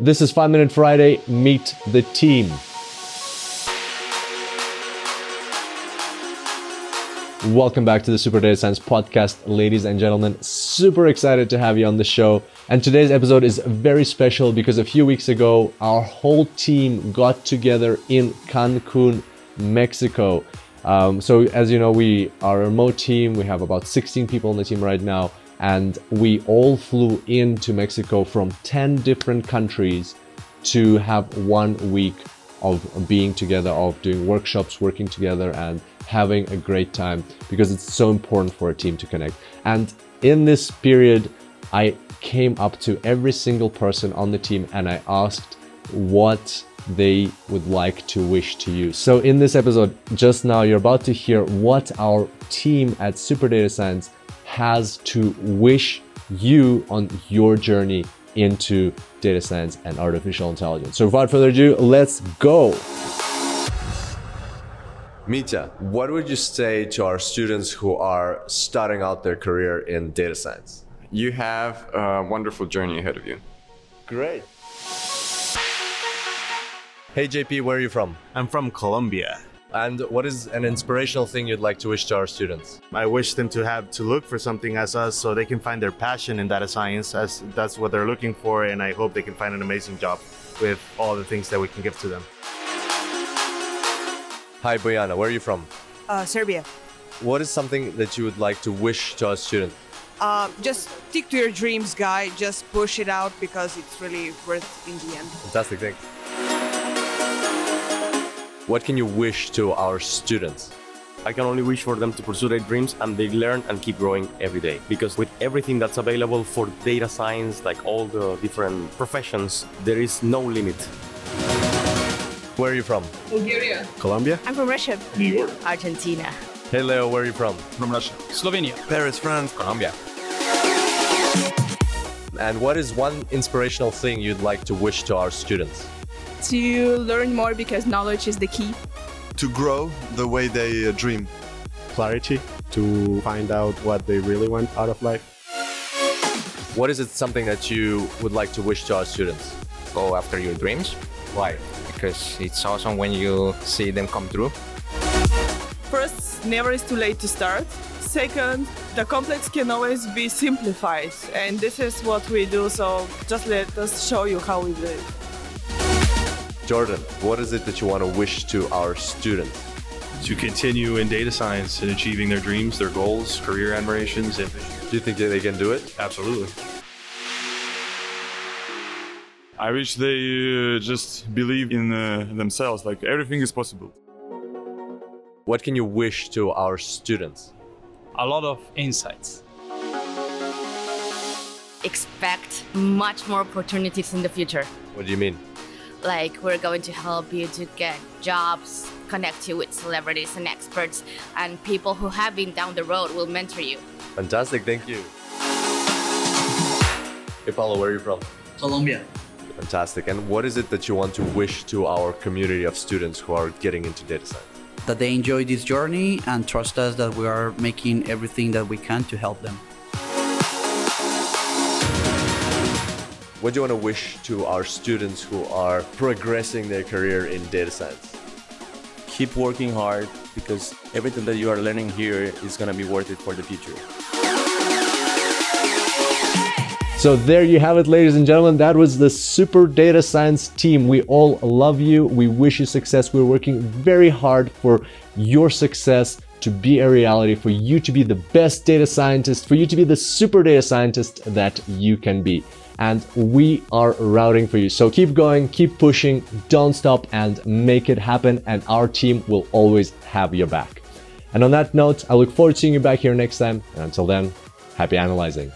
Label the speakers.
Speaker 1: This is Five Minute Friday. Meet the team. Welcome back to the Super Data Science Podcast, ladies and gentlemen. Super excited to have you on the show. And today's episode is very special because a few weeks ago, our whole team got together in Cancun, Mexico. Um, so, as you know, we are a remote team. We have about 16 people on the team right now. And we all flew into Mexico from 10 different countries to have one week of being together, of doing workshops, working together, and having a great time because it's so important for a team to connect. And in this period, I came up to every single person on the team and I asked what they would like to wish to you. So, in this episode, just now, you're about to hear what our team at Super Data Science has to wish you on your journey into data science and artificial intelligence. So, without further ado, let's go.
Speaker 2: Mitya, what would you say to our students who are starting out their career in data science?
Speaker 3: You have a wonderful journey ahead of you.
Speaker 2: Great. Hey JP, where are you from?
Speaker 4: I'm from Colombia.
Speaker 2: And what is an inspirational thing you'd like to wish to our students?
Speaker 4: I wish them to have to look for something as us so they can find their passion in data science as that's what they're looking for and I hope they can find an amazing job with all the things that we can give to them.
Speaker 2: Hi Boyana, where are you from?
Speaker 5: uh, Serbia.
Speaker 2: What is something that you would like to wish to our students?
Speaker 5: Uh, just stick to your dreams, guy. Just push it out because it's really worth in the end.
Speaker 2: Fantastic, thanks. What can you wish to our students?
Speaker 6: I can only wish for them to pursue their dreams and they learn and keep growing every day. Because with everything that's available for data science, like all the different professions, there is no limit.
Speaker 2: Where are you from?
Speaker 3: Colombia?
Speaker 7: I'm from Russia. New York. Argentina.
Speaker 2: Hey Leo, where are you from?
Speaker 3: Paris, France.
Speaker 2: Colombia. And what is one inspirational thing you'd like to wish to our students?
Speaker 8: to learn more because knowledge is the key.
Speaker 9: to grow the way they uh, dream.
Speaker 10: clarity to find out what they really want out of life.
Speaker 2: What is it something that you would like to wish to our students?
Speaker 11: go after your dreams
Speaker 2: Why?
Speaker 11: because it's awesome when you see them come true.
Speaker 12: First, never is too late to start. Second, the complex can always be simplified, and this is what we do, so just let us show you how we do it.
Speaker 2: Jordan, what is it that you want to wish to our students?
Speaker 13: to continue in data science and achieving their dreams, their goals, career admirations, and
Speaker 2: Do you think that they can do it?
Speaker 13: absolutely. I wish they uh, just believe in uh, themselves. Like everything is possible.
Speaker 2: What can you wish to our students?
Speaker 6: A lot of insights.
Speaker 7: Expect much more opportunities in the future.
Speaker 2: What do you mean?
Speaker 7: Like, we're going to help you to get jobs, connect you with celebrities and experts, and people who have been down the road will mentor you.
Speaker 2: Fantastic, thank you. Hey Paulo, where are you from?
Speaker 14: Colombia.
Speaker 2: Fantastic. And what is it that you want to wish to our community of students who are getting into data science?
Speaker 14: That they enjoy this journey and trust us that we are making everything that we can to help them.
Speaker 2: What do you want to wish to our students who are progressing their career in data science?
Speaker 6: Keep working hard because everything that you are learning here is going to be worth it for the future.
Speaker 1: So there you have it, ladies and gentlemen. That was the Super Data Science team. We all love you. We wish you success. We're working very hard for your success to be a reality, for you to be the best data scientist, for you to be the super data scientist that you can be. And we are routing for you. So keep going, keep pushing, don't stop, and make it happen. And our team will always have your back. And on that note, I look forward to seeing you back here next time. And until then, happy analyzing.